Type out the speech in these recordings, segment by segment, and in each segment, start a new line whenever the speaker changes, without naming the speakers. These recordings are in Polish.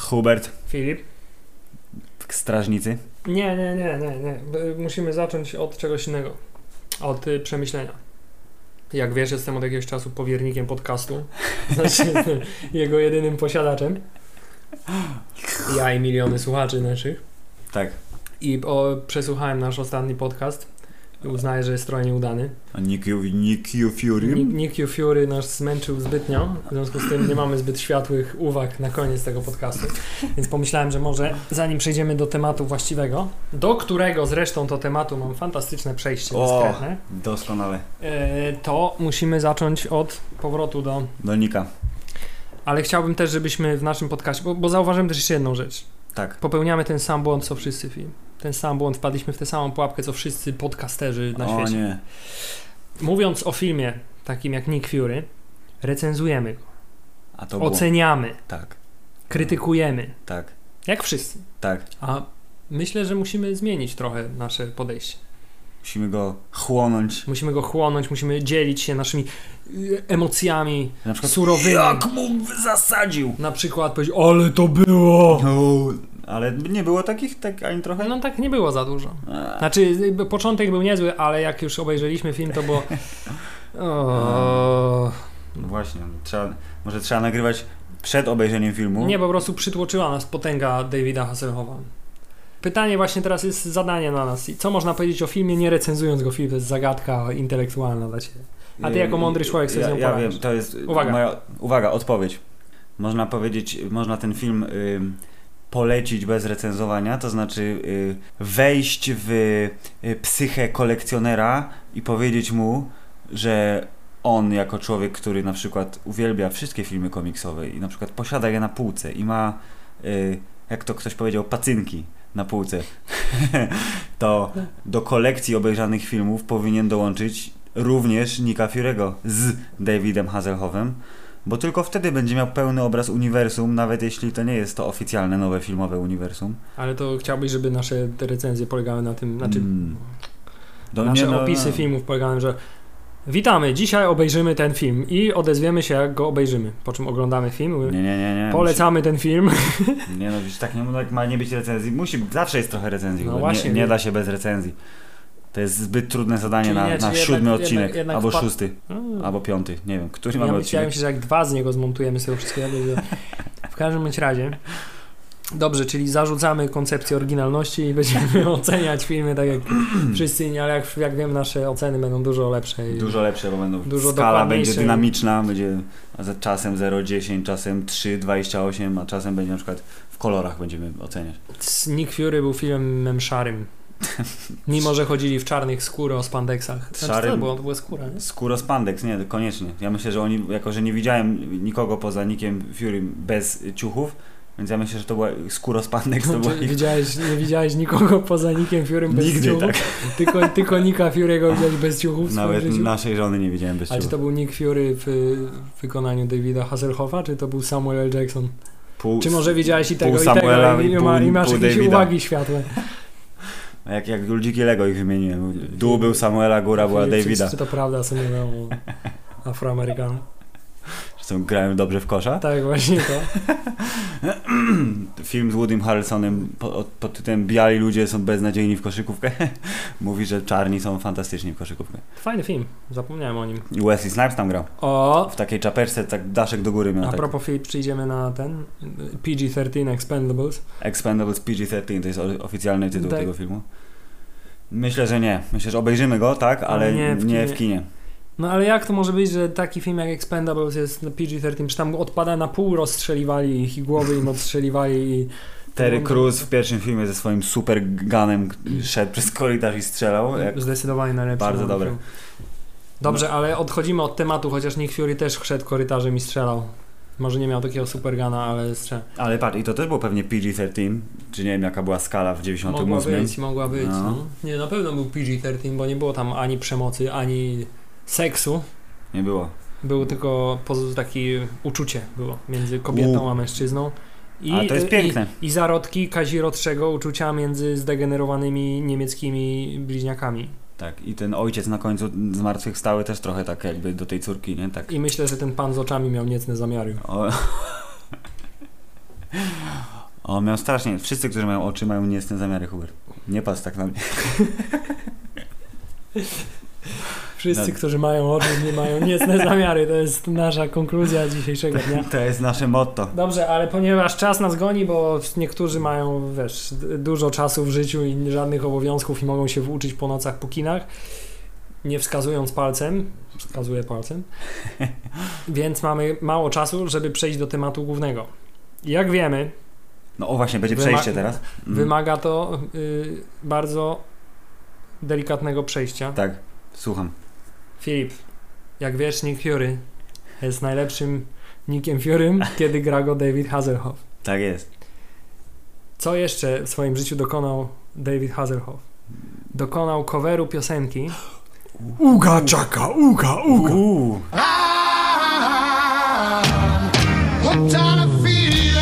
Hubert,
Filip?
strażnicy.
Nie, nie, nie, nie, nie. B- Musimy zacząć od czegoś innego. Od y, przemyślenia. Jak wiesz, jestem od jakiegoś czasu powiernikiem podcastu. Znaczy, jego jedynym posiadaczem. Ja i miliony słuchaczy naszych.
Tak,
I o, przesłuchałem nasz ostatni podcast. Uznaję, że jest trochę nieudany.
a Nick, Ju- Nick Ju Fury.
Nick- Nick Fury nas zmęczył zbytnio, w związku z tym nie mamy zbyt światłych uwag na koniec tego podcastu. Więc pomyślałem, że może zanim przejdziemy do tematu właściwego, do którego zresztą to tematu mam fantastyczne przejście
O.
dyskretne,
Doskonale.
e, to musimy zacząć od powrotu do.
Do Nika.
Ale chciałbym też, żebyśmy w naszym podcaście, bo, bo zauważyłem też jeszcze jedną rzecz.
Tak.
Popełniamy ten sam błąd, co wszyscy film. Ten sam błąd, wpadliśmy w tę samą pułapkę, co wszyscy podcasterzy na
o
świecie.
nie.
Mówiąc o filmie takim jak Nick Fury, recenzujemy go,
A to było.
oceniamy.
Tak,
krytykujemy,
tak,
jak wszyscy.
tak.
A myślę, że musimy zmienić trochę nasze podejście.
Musimy go chłonąć.
Musimy go chłonąć, musimy dzielić się naszymi y, emocjami.
Na przykład
Surowymi.
Jak mu zasadził!
Na przykład powiedzieć, ale to było!
No, ale nie było takich tak ani trochę?
No tak nie było za dużo.
A,
Znaczy, y, początek był niezły, ale jak już obejrzeliśmy film, to było... O...
no Właśnie, trzeba, może trzeba nagrywać przed obejrzeniem filmu.
Nie, po prostu przytłoczyła nas potęga Davida Hasselhoffa. Pytanie właśnie teraz jest zadanie dla nas. Co można powiedzieć o filmie, nie recenzując go? Film to jest zagadka intelektualna dla Ciebie. a ty jako mądry człowiek sobie z
Y, ja,
nią
ja
poradzisz.
wiem, to jest
Uwaga.
moja uwaga, odpowiedź. Można powiedzieć, można ten film y, polecić bez recenzowania, to znaczy y, wejść w y, psychę kolekcjonera i powiedzieć mu, że on jako człowiek, który na przykład uwielbia wszystkie filmy komiksowe i na przykład posiada je na półce i ma, y, jak to ktoś powiedział, pacynki na półce, to do kolekcji obejrzanych filmów powinien dołączyć również Nika Fury'ego z Davidem Hasselhoffem, bo tylko wtedy będzie miał pełny obraz uniwersum, nawet jeśli to nie jest to oficjalne nowe filmowe uniwersum.
Ale to chciałbyś, żeby nasze te recenzje polegały na tym, znaczy
Mm. Do
nasze
mnie, no,
opisy
no.
filmów polegały, że witamy, dzisiaj obejrzymy ten film i odezwiemy się, jak go obejrzymy. Po czym oglądamy film, mówimy,
Nie, nie, nie, nie.
polecamy ten film.
Musi, nie, no widzisz, tak nie, tak ma nie być recenzji. Musi, zawsze jest trochę recenzji.
No
bo
właśnie,
nie, nie
nie.
da się bez recenzji. To jest zbyt trudne zadanie
Czyli
na,
nie,
na
czyli
siódmy
jednak-
odcinek,
jednak- jednak
albo
wpa-
szósty, albo piąty. Nie wiem, który mamy
ja
odcinek.
myślałem się, że jak dwa z niego zmontujemy z tego wszystkiego. będzie- W każdym bądź razie. Dobrze, czyli zarzucamy koncepcję oryginalności i będziemy oceniać filmy tak jak wszyscy inni, ale jak, jak wiem, nasze oceny będą dużo lepsze. I...
Dużo lepsze, bo będą.
Dużo
skala będzie
dokładniejsze.
dynamiczna, będzie za czasem 0,10, czasem 3,28, a czasem będzie na przykład w kolorach będziemy oceniać.
Nick Fury był filmem szarym. Mimo, że chodzili w czarnych skóry o spandeksach. Znaczy,
Szarym-
To było, to była skóra, nie?
Skóro spandex, nie, koniecznie. Ja myślę, że oni, jako że nie widziałem nikogo poza Nickiem Fury bez ciuchów, więc ja myślę, że to była skóro spandex, to była
Znaczy,
ich...
widziałeś, nie widziałeś nikogo poza Nickiem Furym bez
Nigdy
ciuchów?
tak.
Tylko, tylko Nicka Fury'ego widziałeś bez ciuchów w
Nawet
swoim życiu?
naszej żony nie widziałem bez
A czy
ciuchów.
to był Nick Fury w, w wykonaniu Davida Hasselhoffa, czy to był Samuel L. Jackson?
Pół,
Czy może widziałeś i
pół
tego, i
Samuela
tego,
i
i, i, ma,
pół-
i masz
pół
jakieś
Davida.
uwagi światłe?
No Jak, jak ludziki Lego ich wymieniłem. Dół był Samuela, góra była
Filip,
Davida.
Czy, czy to prawda, co mówią o Afroamerykanu?
Zresztą grałem dobrze w kosza.
Tak, właśnie to.
Film z Woodym Harrelsonem po- od- pod tytułem Biali ludzie są beznadziejni w koszykówkę. Mówi, że czarni są fantastyczni w koszykówkę.
Fajny film, zapomniałem o nim.
I Wesley Snipes tam grał.
O,
W takiej czapeczce, tak daszek do góry miał.
a
Tak.
propos Filip, przyjdziemy na ten y, PG-13 Expendables.
Expendables PG-13 to jest o- oficjalny tytuł
Tak.
tego filmu. Myślę, że nie. Myślę, że obejrzymy go, tak, ale, nie, w kinie.
No ale jak to może być, że taki film jak Expendables jest na PG-13, czy tam odpada na pół, rozstrzeliwali ich i głowy im odstrzeliwali i...
Terry
No,
Crews w pierwszym filmie ze swoim super gunem k- szedł przez korytarz i strzelał. Jak...
Zdecydowanie najlepszy.
Bardzo
film.
dobre. No.
Dobrze, ale odchodzimy od tematu, chociaż Nick Fury też szedł korytarzem i strzelał. Może nie miał takiego supergana, ale strzelał.
Ale patrz, i to też było pewnie PG-13, czy nie wiem jaka była skala w
Mogła
98.
być, mogła być.
No.
No. Nie, na pewno był PG-13, bo nie było tam ani przemocy, ani seksu.
Nie było.
Był tylko poz- takie uczucie było między kobietą a mężczyzną. I,
Ale to jest piękne.
I, I zarodki kazirodczego uczucia między zdegenerowanymi niemieckimi bliźniakami.
Tak, i ten ojciec na końcu zmartwychwstały też trochę tak jakby do tej córki, nie? Tak.
I myślę, że ten pan z oczami miał niecne zamiary.
O... O, miał strasznie. Wszyscy, którzy mają oczy, mają niecne zamiary, Hubert. Nie patrz tak na mnie.
Wszyscy,
No.
którzy mają oczy, nie mają niecne zamiary. To jest nasza konkluzja dzisiejszego dnia.
To jest nasze motto.
Dobrze, ale ponieważ czas nas goni, bo niektórzy mają, wiesz, d- dużo czasu w życiu i żadnych obowiązków i mogą się uczyć po nocach, po kinach, nie wskazując palcem, wskazuję palcem, więc mamy mało czasu, żeby przejść do tematu głównego. Jak wiemy,
No o właśnie, będzie
Wyma-
przejście teraz. Mm,
wymaga to y, bardzo delikatnego przejścia.
Tak, słucham.
Filip, jak wiesz, Nick Fury jest najlepszym Nickiem Furym, kiedy gra go David Hasselhoff.
Tak jest.
Co jeszcze w swoim życiu dokonał David Hasselhoff? Dokonał coveru piosenki.
Uga czaka, uga, uga.
Uuu,
Hooked on a feeling.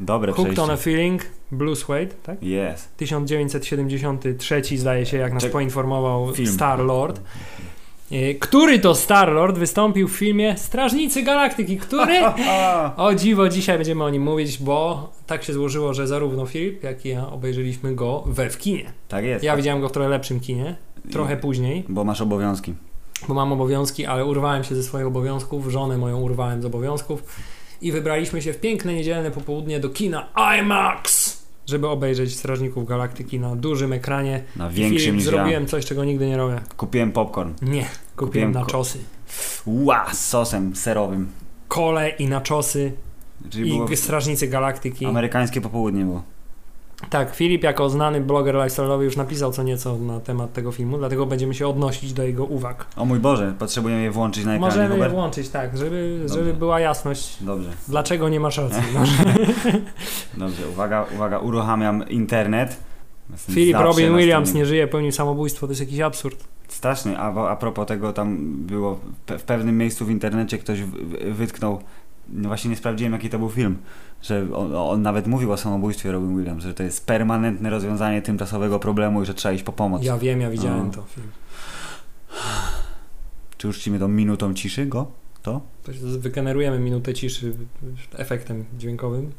dobre
Hooked on
przejście.
a Feeling, Blue Suede, tak?
Jest.
1973 zdaje się, jak nas
Czek-
poinformował
film.
Star-Lord. E, Który to Star-Lord wystąpił w filmie Strażnicy Galaktyki, który... O dziwo, dzisiaj będziemy o nim mówić, bo tak się złożyło, że zarówno Filip, jak i ja obejrzeliśmy go we w kinie.
Tak jest.
Ja widziałem go w trochę lepszym kinie, trochę później.
Bo masz obowiązki.
bo mam obowiązki, ale urwałem się ze swoich obowiązków, żonę moją urwałem z obowiązków i wybraliśmy się w piękne niedzielne popołudnie do kina IMAX, żeby obejrzeć Strażników Galaktyki na dużym ekranie.
Na
I
większym
Filip,
niż
zrobiłem coś, czego nigdy nie robię.
ja. Kupiłem popcorn.
Nie, kupiłem
Kupiłem ko-
naczosy.
Ła, z sosem serowym.
Kole i naczosy
Czyli
i
było...
Strażnicy Galaktyki.
Amerykańskie popołudnie było.
Tak, Filip jako znany bloger lifestyle'owy już napisał co nieco na temat tego filmu, dlatego będziemy się odnosić do jego uwag.
O mój Boże, potrzebujemy je włączyć na ekranie,
Możemy je
Hubert.
włączyć, tak, żeby,
Dobrze.
żeby była jasność,
Dobrze,
dlaczego nie masz racji. No.
dobrze. Uwaga, uwaga, uruchamiam internet. Jestem
Filip
zawsze
Robin
na
Williams
stronie.
nie żyje, pełnił samobójstwo, to jest jakiś absurd.
Straszny, a, wo- a propos tego, tam było pe- w pewnym miejscu w internecie ktoś w- w- wytknął, no właśnie nie sprawdziłem jaki to był film, że on, on nawet mówił o samobójstwie Robin Williams, że to jest permanentne rozwiązanie tymczasowego problemu i że trzeba iść po pomoc.
Ja wiem, ja widziałem
A.
to. Filip.
Czy już ci mnie tą minutą ciszy go?
To się- Wygenerujemy minutę ciszy efektem dźwiękowym.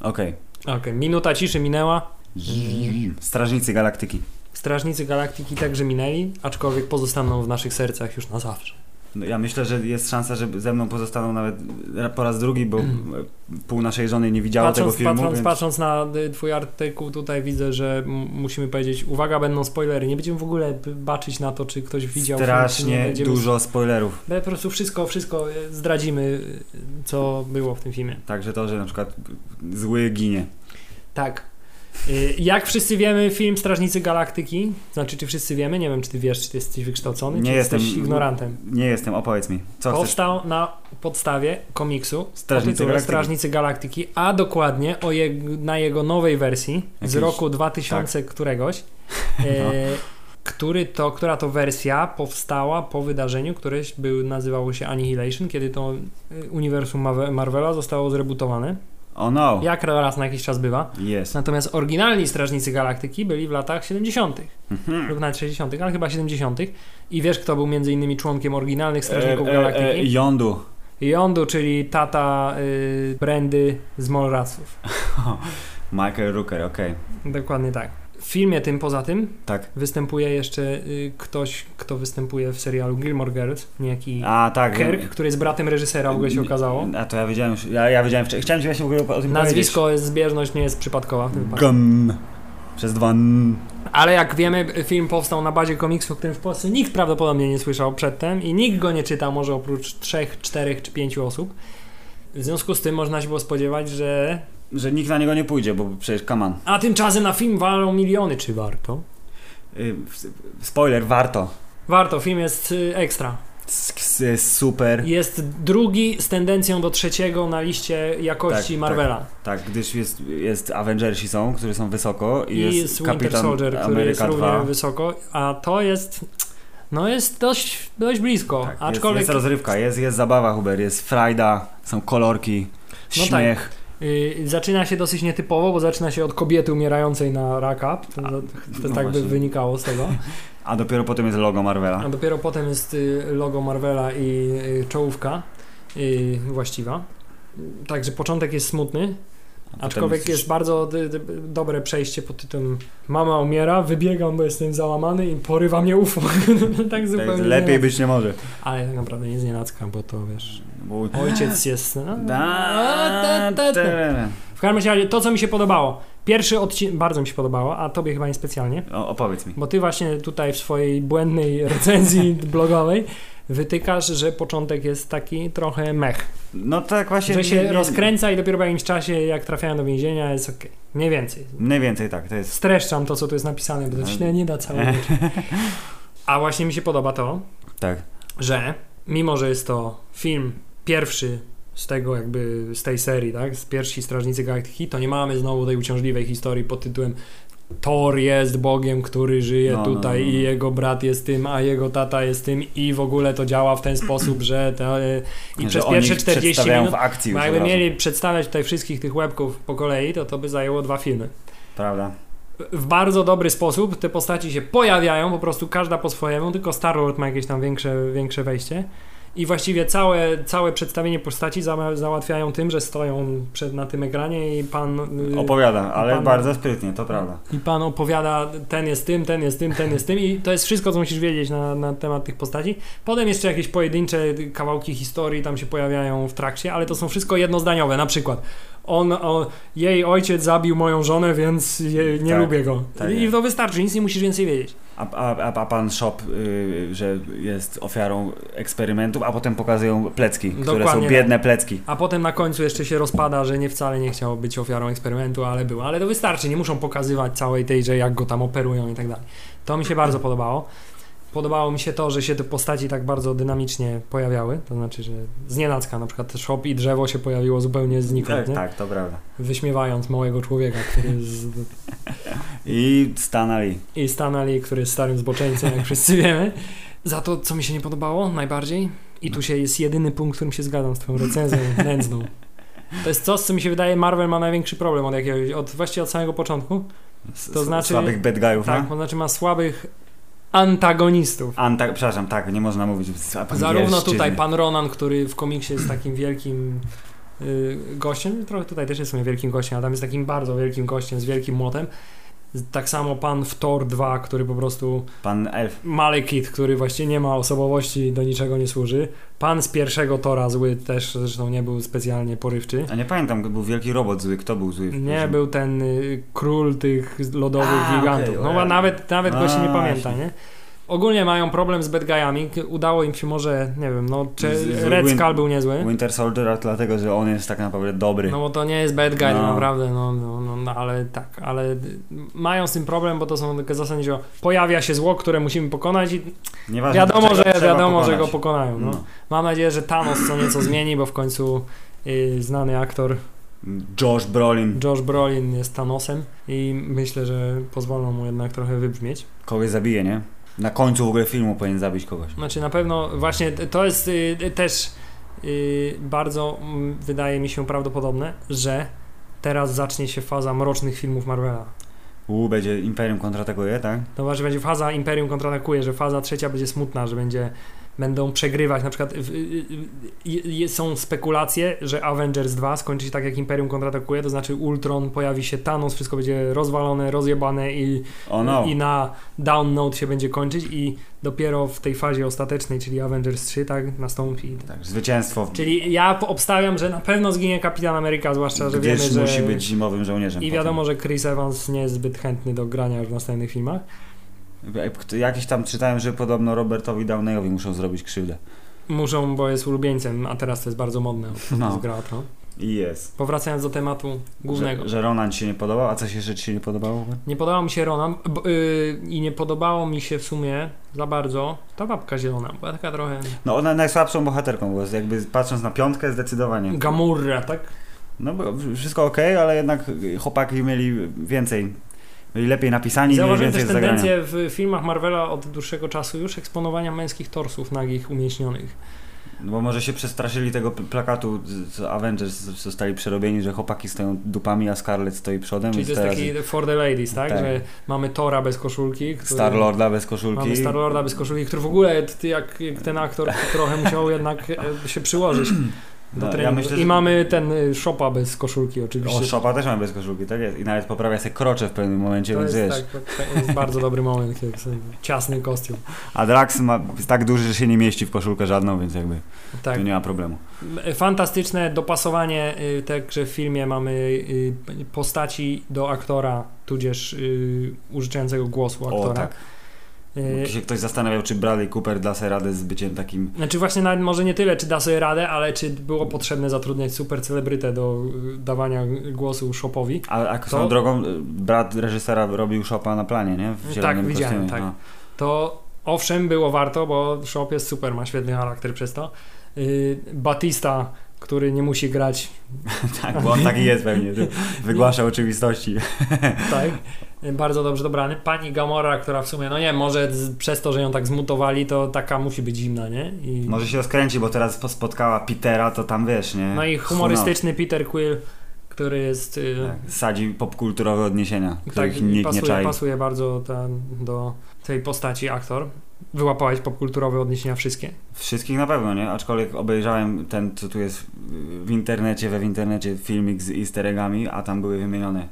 Okej.
Okej, minuta ciszy minęła.
Strażnicy Galaktyki.
Strażnicy Galaktyki także minęli, aczkolwiek pozostaną w naszych sercach już na zawsze.
No, ja myślę, że jest szansa, że ze mną pozostaną nawet ra- po raz drugi, bo e, pół naszej żony nie widziała
Mm. Patrząc,
tego filmu,
patrząc,
więc...
patrząc na y, twój artykuł, tutaj widzę, że m- musimy powiedzieć, uwaga, będą spoilery. Nie będziemy w ogóle b- baczyć na to, czy ktoś widział film, czy nie.
Strasznie
Będziemy-
dużo spoilerów.
Po prostu wszystko, wszystko y, zdradzimy, y, co było w tym filmie.
Także to, że na przykład zły ginie.
Tak. Y, Jak wszyscy wiemy, film Strażnicy Galaktyki, znaczy czy wszyscy wiemy, nie wiem czy ty wiesz, czy ty jesteś wykształcony,
Nie
czy
jestem.
jesteś ignorantem.
Nie jestem, opowiedz mi. Co chcesz?
Powstał na podstawie komiksu
Strażnicy
o tytule
Galaktyki.
Strażnicy Galaktyki, a dokładnie o je, na jego nowej wersji z
Jakiś-
roku 2000 któregoś, e,
tak. No.
który to, która to wersja powstała po wydarzeniu, które był, nazywało się Annihilation, kiedy to y, uniwersum Marve- Marvela zostało zrebootowane,
O no.
jak raz na jakiś czas bywa.
Jest.
Natomiast oryginalni Strażnicy Galaktyki byli w latach 70.
Mhm.
lub nawet 60., ale chyba 70. I wiesz, kto był między innymi członkiem oryginalnych Strażników
E, e, e,
Galaktyki?
Yondu.
Yondu, czyli tata y, Brandy z Molrasów.
Michael Rooker, okej.
Dokładnie tak. W filmie tym poza tym
Tak.
występuje jeszcze y, ktoś, kto występuje w serialu Gilmore Girls, niejaki
A tak.
Kirk, który jest bratem reżysera, w ogóle się okazało.
A to ja wiedziałem już, ja, ja wiedziałem wcześniej. Chciałem ci właśnie w ogóle o tym
Nazwisko, jest zbieżność nie jest przypadkowa w tym
powiedzieć.
wypadku.
Gum. Przez dwa n.
Ale jak wiemy, film powstał na bazie komiksu, o którym w Polsce nikt prawdopodobnie nie słyszał przedtem i nikt go nie czyta, może oprócz trzech, czterech czy pięciu osób. W związku z tym można się było spodziewać, że
Że nikt na niego nie pójdzie, bo przecież kaman.
A tymczasem na film walą miliony, czy warto?
Y, spoiler, warto.
Warto, film jest y, ekstra.
S- s- Super.
Jest drugi z tendencją do trzeciego na liście jakości
Tak,
Marvela.
Tak, gdyż jest, jest Avengersi są, którzy są wysoko i,
I jest, Winter
Kapitan
Soldier, który
Ameryka
jest
2.
równie wysoko, a to jest. No jest dość, dość blisko.
Tak,
aczkolwiek
jest, jest rozrywka, jest, jest zabawa, Huber, jest frajda, są kolorki,
No tak.
śmiech.
y, zaczyna się dosyć nietypowo, bo zaczyna się od kobiety umierającej na raka. To,
A,
to,
no
tak
właśnie.
by No, wynikało z tego.
A dopiero potem jest logo Marvela.
A dopiero potem jest y, logo Marvela i y, czołówka y, właściwa. Także początek jest smutny,
potem
aczkolwiek
jest
jest,
już-
bardzo y, d- d- dobre przejście pod tytułem Mama umiera, wybiegam, bo jestem załamany i porywa mnie UFO. tak
Tak,
zupełnie.
lepiej
nie-
być nie może.
Ale tak naprawdę nie z nienacka, bo to wiesz.
Bo...
Ojciec jest. no,
Da,
te- te- te.
te-
W każdym razie to, co mi się podobało. Pierwszy odcinek bardzo mi się podobało, a tobie chyba nie specjalnie.
O, opowiedz mi.
Bo ty właśnie tutaj w swojej błędnej recenzji blogowej wytykasz, że początek jest taki trochę mech.
No tak właśnie...
Że
nie- nie-
się rozkręca i dopiero po jakimś czasie, jak trafiają do więzienia, jest ok. Mniej więcej.
Mniej więcej tak, to jest...
Streszczam to, co tu jest napisane, bo to się nie da całego. A właśnie mi się podoba to,
Tak.
że mimo, że jest to film pierwszy z tego jakby, z tej serii, tak, z pierwsi Strażnicy Galaktyki, to nie mamy znowu tej uciążliwej historii pod tytułem Thor jest Bogiem, który żyje
No, no,
tutaj
no, no.
i jego brat jest tym, a jego tata jest tym i w ogóle to działa w ten sposób, że te, i
Że
przez
oni
pierwsze
ich
40
przedstawiają
minut,
w akcji
bo
już
jakby
od razu.
mieli przedstawiać tutaj wszystkich tych łebków po kolei, to to by zajęło dwa filmy
Prawda.
w bardzo dobry sposób te postaci się pojawiają, po prostu każda po swojemu, tylko Star-Lord ma jakieś tam większe, większe wejście. I właściwie całe, całe przedstawienie postaci za, załatwiają tym, że stoją przed, na tym ekranie i pan, y,
Opowiada, ale
pan-
bardzo sprytnie, to prawda.
i pan opowiada, ten jest tym, ten jest tym, ten jest tym i to jest wszystko, co musisz wiedzieć na, na temat tych postaci. Potem jeszcze jakieś pojedyncze kawałki historii tam się pojawiają w trakcie, ale to są wszystko jednozdaniowe, na przykład on, o, jej ojciec zabił moją żonę, więc je, nie
Tak,
lubię go.
tak
I
jest.
to wystarczy, nic nie musisz więcej wiedzieć.
A, a, a, a pan Shop, y, że jest ofiarą eksperymentów, a potem pokazują plecki, które
Dokładnie
są
tak.
biedne plecki.
A potem na końcu jeszcze się rozpada, że nie wcale nie chciał być ofiarą eksperymentu, ale był. Ale to wystarczy, nie muszą pokazywać całej tej, że jak go tam operują i tak dalej. To mi się bardzo podobało. Podobało mi się to, że się te postaci tak bardzo dynamicznie pojawiały, to znaczy, że z nienacka na przykład szop i drzewo się pojawiło zupełnie znikąd,
Tak,
nie?
tak, to prawda.
wyśmiewając małego człowieka, który z...
I stanęli.
i Stanley, który jest starym zboczeńcem, jak wszyscy wiemy. Za to, co mi się nie podobało najbardziej, i tu się jest jedyny punkt, w którym się zgadzam z twoją recenzją nędzną. To jest coś, co mi się wydaje, Marvel ma największy problem od jakiegoś, od, właściwie od samego początku.
S-
To
s-
znaczy-
Słabych bad guyów,
Tak,
no?
to znaczy ma słabych antagonistów.
Anta- przepraszam, tak, nie można mówić z
Zarówno
angielszczyzny.
tutaj pan Ronan, który w komiksie jest takim wielkim y, gościem, trochę tutaj też jest w sumie wielkim gościem, ale tam jest takim bardzo wielkim gościem z wielkim młotem. Tak samo pan w Thor 2, który po prostu
Pan elf.
Malekith, który właśnie nie ma osobowości, do niczego nie służy. Pan z pierwszego Tora zły też zresztą nie był specjalnie porywczy.
A nie pamiętam, był wielki robot zły, kto był zły? w
Nie
pierwszym?
był ten y, król tych lodowych
A,
gigantów.
okej,
no
okej.
a nawet, nawet go się nie
A,
pamięta, nie? Ogólnie mają problem z bad guyami. K- Udało im się może, nie wiem, no czy
Z- z-
Red
Win-
Skull był niezły.
Winter Soldier, dlatego, że on jest tak naprawdę dobry.
No bo to nie jest bad guy,
No.
no. naprawdę, no, no, no, no ale tak, ale y, mają z tym problem, bo to są takie zasady, że pojawia się zło, które musimy pokonać i
Nieważne,
wiadomo,
dlaczego,
że,
trzeba
wiadomo że go
pokonać.
pokonają. No.
No.
Mam nadzieję, że Thanos co nieco zmieni, bo w końcu y, znany aktor
Josh Brolin,
Josh Brolin jest Thanosem i myślę, że pozwolą mu jednak trochę wybrzmieć.
kogoś zabije, nie? Na końcu w ogóle filmu powinien zabić kogoś.
Znaczy na pewno właśnie t- to jest y, y, też y, bardzo mm, wydaje mi się prawdopodobne, że teraz zacznie się faza mrocznych filmów Marvela.
U, będzie Imperium kontratakuje, tak?
To znaczy będzie faza Imperium kontratakuje, że faza trzecia będzie smutna, że będzie będą przegrywać. Na przykład w, y, y, y, są spekulacje, że Avengers 2 skończy się tak, jak Imperium kontratakuje, to znaczy Ultron, pojawi się Thanos, wszystko będzie rozwalone, rozjebane i,
O no.
i na down note się będzie kończyć i dopiero w tej fazie ostatecznej, czyli Avengers 3, tak, nastąpi.
Tak, zwycięstwo.
Czyli ja po- obstawiam, że na pewno zginie Kapitan Ameryka, zwłaszcza, że
Gdzieś
wiemy, że...
musi być zimowym żołnierzem.
I
potem.
wiadomo, że Chris Evans nie jest zbyt chętny do grania już w następnych filmach.
Kto- Jakiś tam czytałem, że podobno Robertowi Downeyowi muszą zrobić krzywdę.
Muszą, bo jest ulubieńcem, a teraz to jest bardzo modne.
No.
No. Gra o Tron.
I jest.
Powracając do tematu głównego.
Że, że Ronan ci się nie podobał, a coś jeszcze ci się nie podobało?
Nie podobał mi się Ronan bo, yy, i nie podobało mi się w sumie za bardzo ta babka zielona, była taka trochę
No ona najsłabszą bohaterką była, jakby patrząc na piątkę zdecydowanie.
gamurra, tak?
No bo wszystko okej, ale jednak chłopaki mieli więcej, mieli lepiej napisani, mieli
Zauważyłem też
więcej do zagrania.
tendencję w filmach Marvela od dłuższego czasu już eksponowania męskich torsów nagich, umięśnionych.
No bo może się przestraszyli tego p- plakatu z z Avengers, z- zostali przerobieni, że chłopaki stoją dupami, a Scarlett stoi przodem.
Czyli
i
to jest
teraz
taki for the ladies, tak?
Tak.
Że mamy Tora bez koszulki. który-
Star-Lorda bez koszulki.
Mamy Starlorda bez koszulki, który w ogóle, ty, jak, jak ten aktor, trochę musiał jednak e, się przyłożyć do
No, ja
treningu.
myślę,
I
że-
mamy ten y, Shopa bez koszulki oczywiście.
O, Shopa też ma bez koszulki, tak jest. I nawet poprawia sobie krocze w pewnym momencie,
to
więc
jest,
wiesz.
tak, to- to jest bardzo dobry moment, kiedy sobie ciasny kostium.
A Drax ma jest tak duży, że się nie mieści w koszulkę żadną, więc jakby
Tak. E,
tu nie ma problemu.
Fantastyczne dopasowanie, y, także w filmie mamy y, postaci do aktora, tudzież y, użyczającego głosu
O,
aktora.
tak. No
Y,
Bo się ktoś zastanawiał, czy Bradley Cooper da sobie radę z byciem takim...
Znaczy właśnie nawet może nie tyle, czy da sobie radę, ale czy było potrzebne zatrudniać super celebrytę do y, dawania głosu Shopowi.
A, a swoją
To-
drogą, y, brat reżysera robił Shopa na planie, nie? W
Tak,
zielonym
widziałem,
kostiumie,
tak.
no.
to owszem, było warto, bo Shop jest super, ma świetny charakter przez to. Yy, Batista, który nie musi grać,
tak, bo on taki jest pewnie. tu Wygłasza oczywistości.
tak, yy, bardzo dobrze dobrany. Pani Gamora, która w sumie, no nie, może z, przez to, że ją tak zmutowali, to taka musi być zimna, nie? I,
Może się rozkręci, bo teraz po- spotkała Petera, to tam wiesz, nie?
no i humorystyczny Peter Quill, który jest... Yy,
Chuno. Tak, sadzi popkulturowe odniesienia, których
tak,
nikt
pasuje,
nie czai.
pasuje bardzo ta, do tej postaci aktor. Wyłapałeś popkulturowe odniesienia wszystkie.
Wszystkich na pewno, nie? Aczkolwiek obejrzałem ten, co tu jest w internecie, we w internecie filmik z easter eggami, a tam były wymienione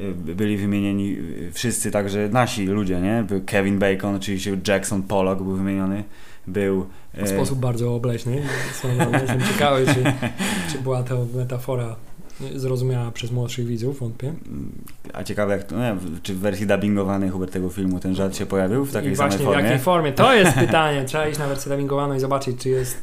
y, byli wymienieni y, wszyscy także nasi ludzie, nie? Był Kevin Bacon, oczywiście Jackson Pollock był wymieniony, był... y,
W sposób
E,
bardzo obleśny. Co, no, jestem ciekawy, czy, czy była to metafora zrozumiała przez młodszych widzów, wątpię.
A ciekawe, jak, to- no, nie wiem, czy w wersji dubbingowanej Hubertego filmu ten żart się pojawił w takiej
I
samej
właśnie w
formie?
jakiej formie? To jest pytanie. Trzeba iść na wersję dubbingowaną i zobaczyć, czy jest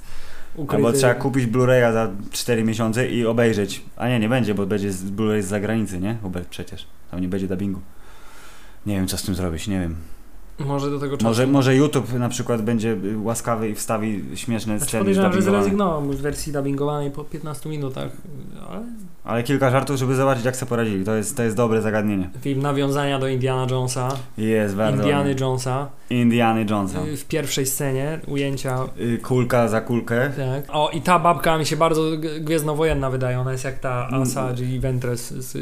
ukryty.
Albo trzeba kupić Blu-raya za 4 miesiące i obejrzeć. A nie, nie będzie, bo będzie z- Blu-ray z zagranicy, nie? Hubert przecież. Tam nie będzie dubbingu. Nie wiem, co z tym zrobić, nie wiem.
Może do tego czasu.
Może, może YouTube na przykład będzie y, łaskawy i wstawi śmieszne
Znaczy
sceny
podejrzewam, że
zdubbingowane.
zrezygnował już z wersji dubbingowanej po 15 minutach, ale
Ale kilka żartów, żeby zobaczyć, jak sobie poradzili. To jest, to jest dobre zagadnienie.
film nawiązania do Indiana Jonesa,
Jest bardzo.
Indiany Jonesa,
Indiany Jonesa.
y, w pierwszej scenie ujęcia
Y, Kulka za kulkę.
Tak. O, i ta babka mi się bardzo g- gwiezdnowojenna wydaje. Ona jest jak ta
Mm.
Asa, czyli Ventress z,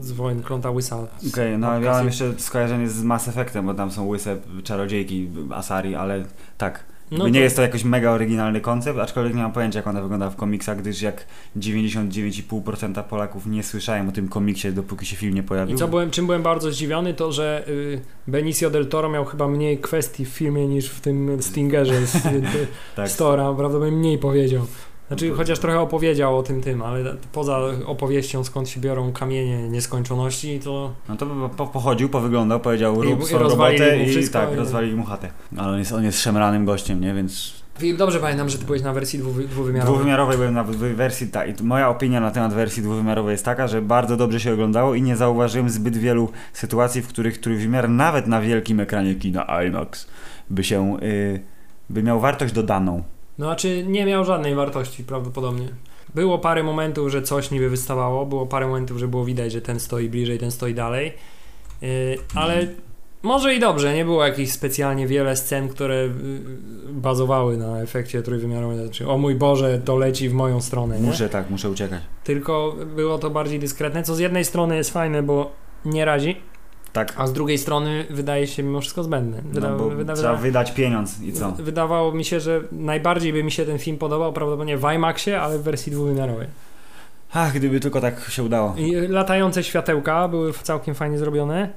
z wojen Kląta Łysa.
Okej, no ja mam jeszcze skojarzenie z Mass Effectem, bo tam są łyse czarodziejki Asari, ale tak.
No
nie
to-
jest to jakoś mega oryginalny koncept, aczkolwiek nie mam pojęcia, jak ona wygląda w komiksach, gdyż jak 99,5% Polaków nie słyszałem o tym komiksie, dopóki się film nie pojawił.
I co byłem, czym byłem bardzo zdziwiony, to że y, Benicio del Toro miał chyba mniej kwestii w filmie niż w tym Stingerze z y,
tak,
Stora. Prawdopodobnie mniej powiedział. Znaczy, chociaż trochę opowiedział o tym tym, ale t- poza opowieścią, skąd się biorą kamienie nieskończoności, to
No to by po, pochodził, powyglądał, powiedział
I-
rób
i
swoją
rozwalili
robotę
mu
i
wszystko,
tak,
i-
rozwalili mu chatę. Ale on jest, on jest szemranym gościem, nie? Więc
Filip, dobrze pamiętam, że ty byłeś na wersji dwu, dwuwymiarowej.
dwuwymiarowej byłem na wy- wersji, ta, i t- moja opinia na temat wersji dwuwymiarowej jest taka, że bardzo dobrze się oglądało i nie zauważyłem zbyt wielu sytuacji, w których trójwymiar nawet na wielkim ekranie kina IMAX by się... Y, by miał wartość dodaną.
No, znaczy nie miał żadnej wartości prawdopodobnie. Było parę momentów, że coś niby wystawało, było parę momentów, że było widać, że ten stoi bliżej, ten stoi dalej. Yy, ale może i dobrze, nie było jakichś specjalnie wiele scen, które yy, bazowały na efekcie trójwymiarowym. Znaczy, o mój Boże, to leci w moją stronę. No Nie?
Muszę tak, muszę uciekać.
Tylko było to bardziej dyskretne, co z jednej strony jest fajne, bo nie razi,
Tak,
A z drugiej strony wydaje się mimo wszystko zbędny. Wyda,
no bo
wyda,
trzeba
wyda,
wydać pieniądz i co?
Wydawało mi się, że najbardziej by mi się ten film podobał prawdopodobnie w IMAXie, ale w wersji dwuwymiarowej.
Ach, gdyby tylko tak się udało.
I latające światełka były całkiem fajnie zrobione.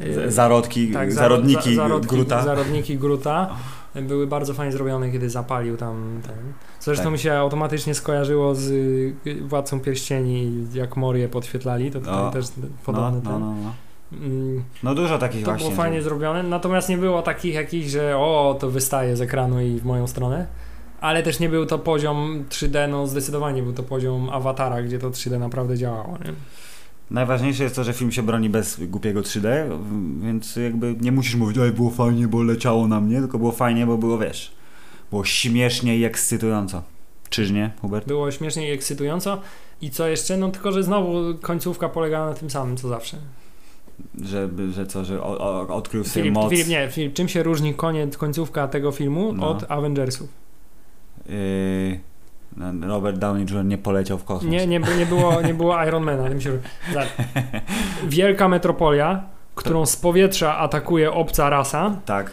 Z- Zarodki,
Yy, Tak, za-
zarodniki
za- zarodki-
Gruta. No,
Zarodniki Gruta były bardzo fajnie zrobione, kiedy zapalił tam ten. Zresztą
Tak.
mi się automatycznie skojarzyło z y, Władcą Pierścieni, jak Morię podświetlali, to tutaj
O,
też
No,
podobny
no,
ten.
no, no.
Mm,
no dużo takich
tak. To
właśnie.
było fajnie zrobione, natomiast nie było takich jakichś, że o, to wystaje z ekranu i w moją stronę. Ale też nie był to poziom 3D, no zdecydowanie był to poziom awatara, gdzie to 3D naprawdę działało. Nie?
Najważniejsze jest to, że film się broni bez głupiego 3D, w- więc jakby nie musisz mówić, ej, było fajnie, bo leciało na mnie, tylko było fajnie, bo było, wiesz, było śmiesznie i ekscytująco. Czyż nie, Hubert?
Było śmiesznie i ekscytująco. I co jeszcze? No tylko, że znowu końcówka polegała na tym samym, co zawsze.
Że, że co, że o, o, odkrył sobie
Filip,
moc.
Filip, nie, Filip, czym się różni koniec, końcówka tego filmu
No.
od Avengersów?
Yy, no, Robert Downey Jr. nie poleciał w kosmos.
Nie, nie, nie, było, nie było Ironmana. Tym się... Zobacz. Wielka metropolia, którą z powietrza atakuje obca rasa
Tak,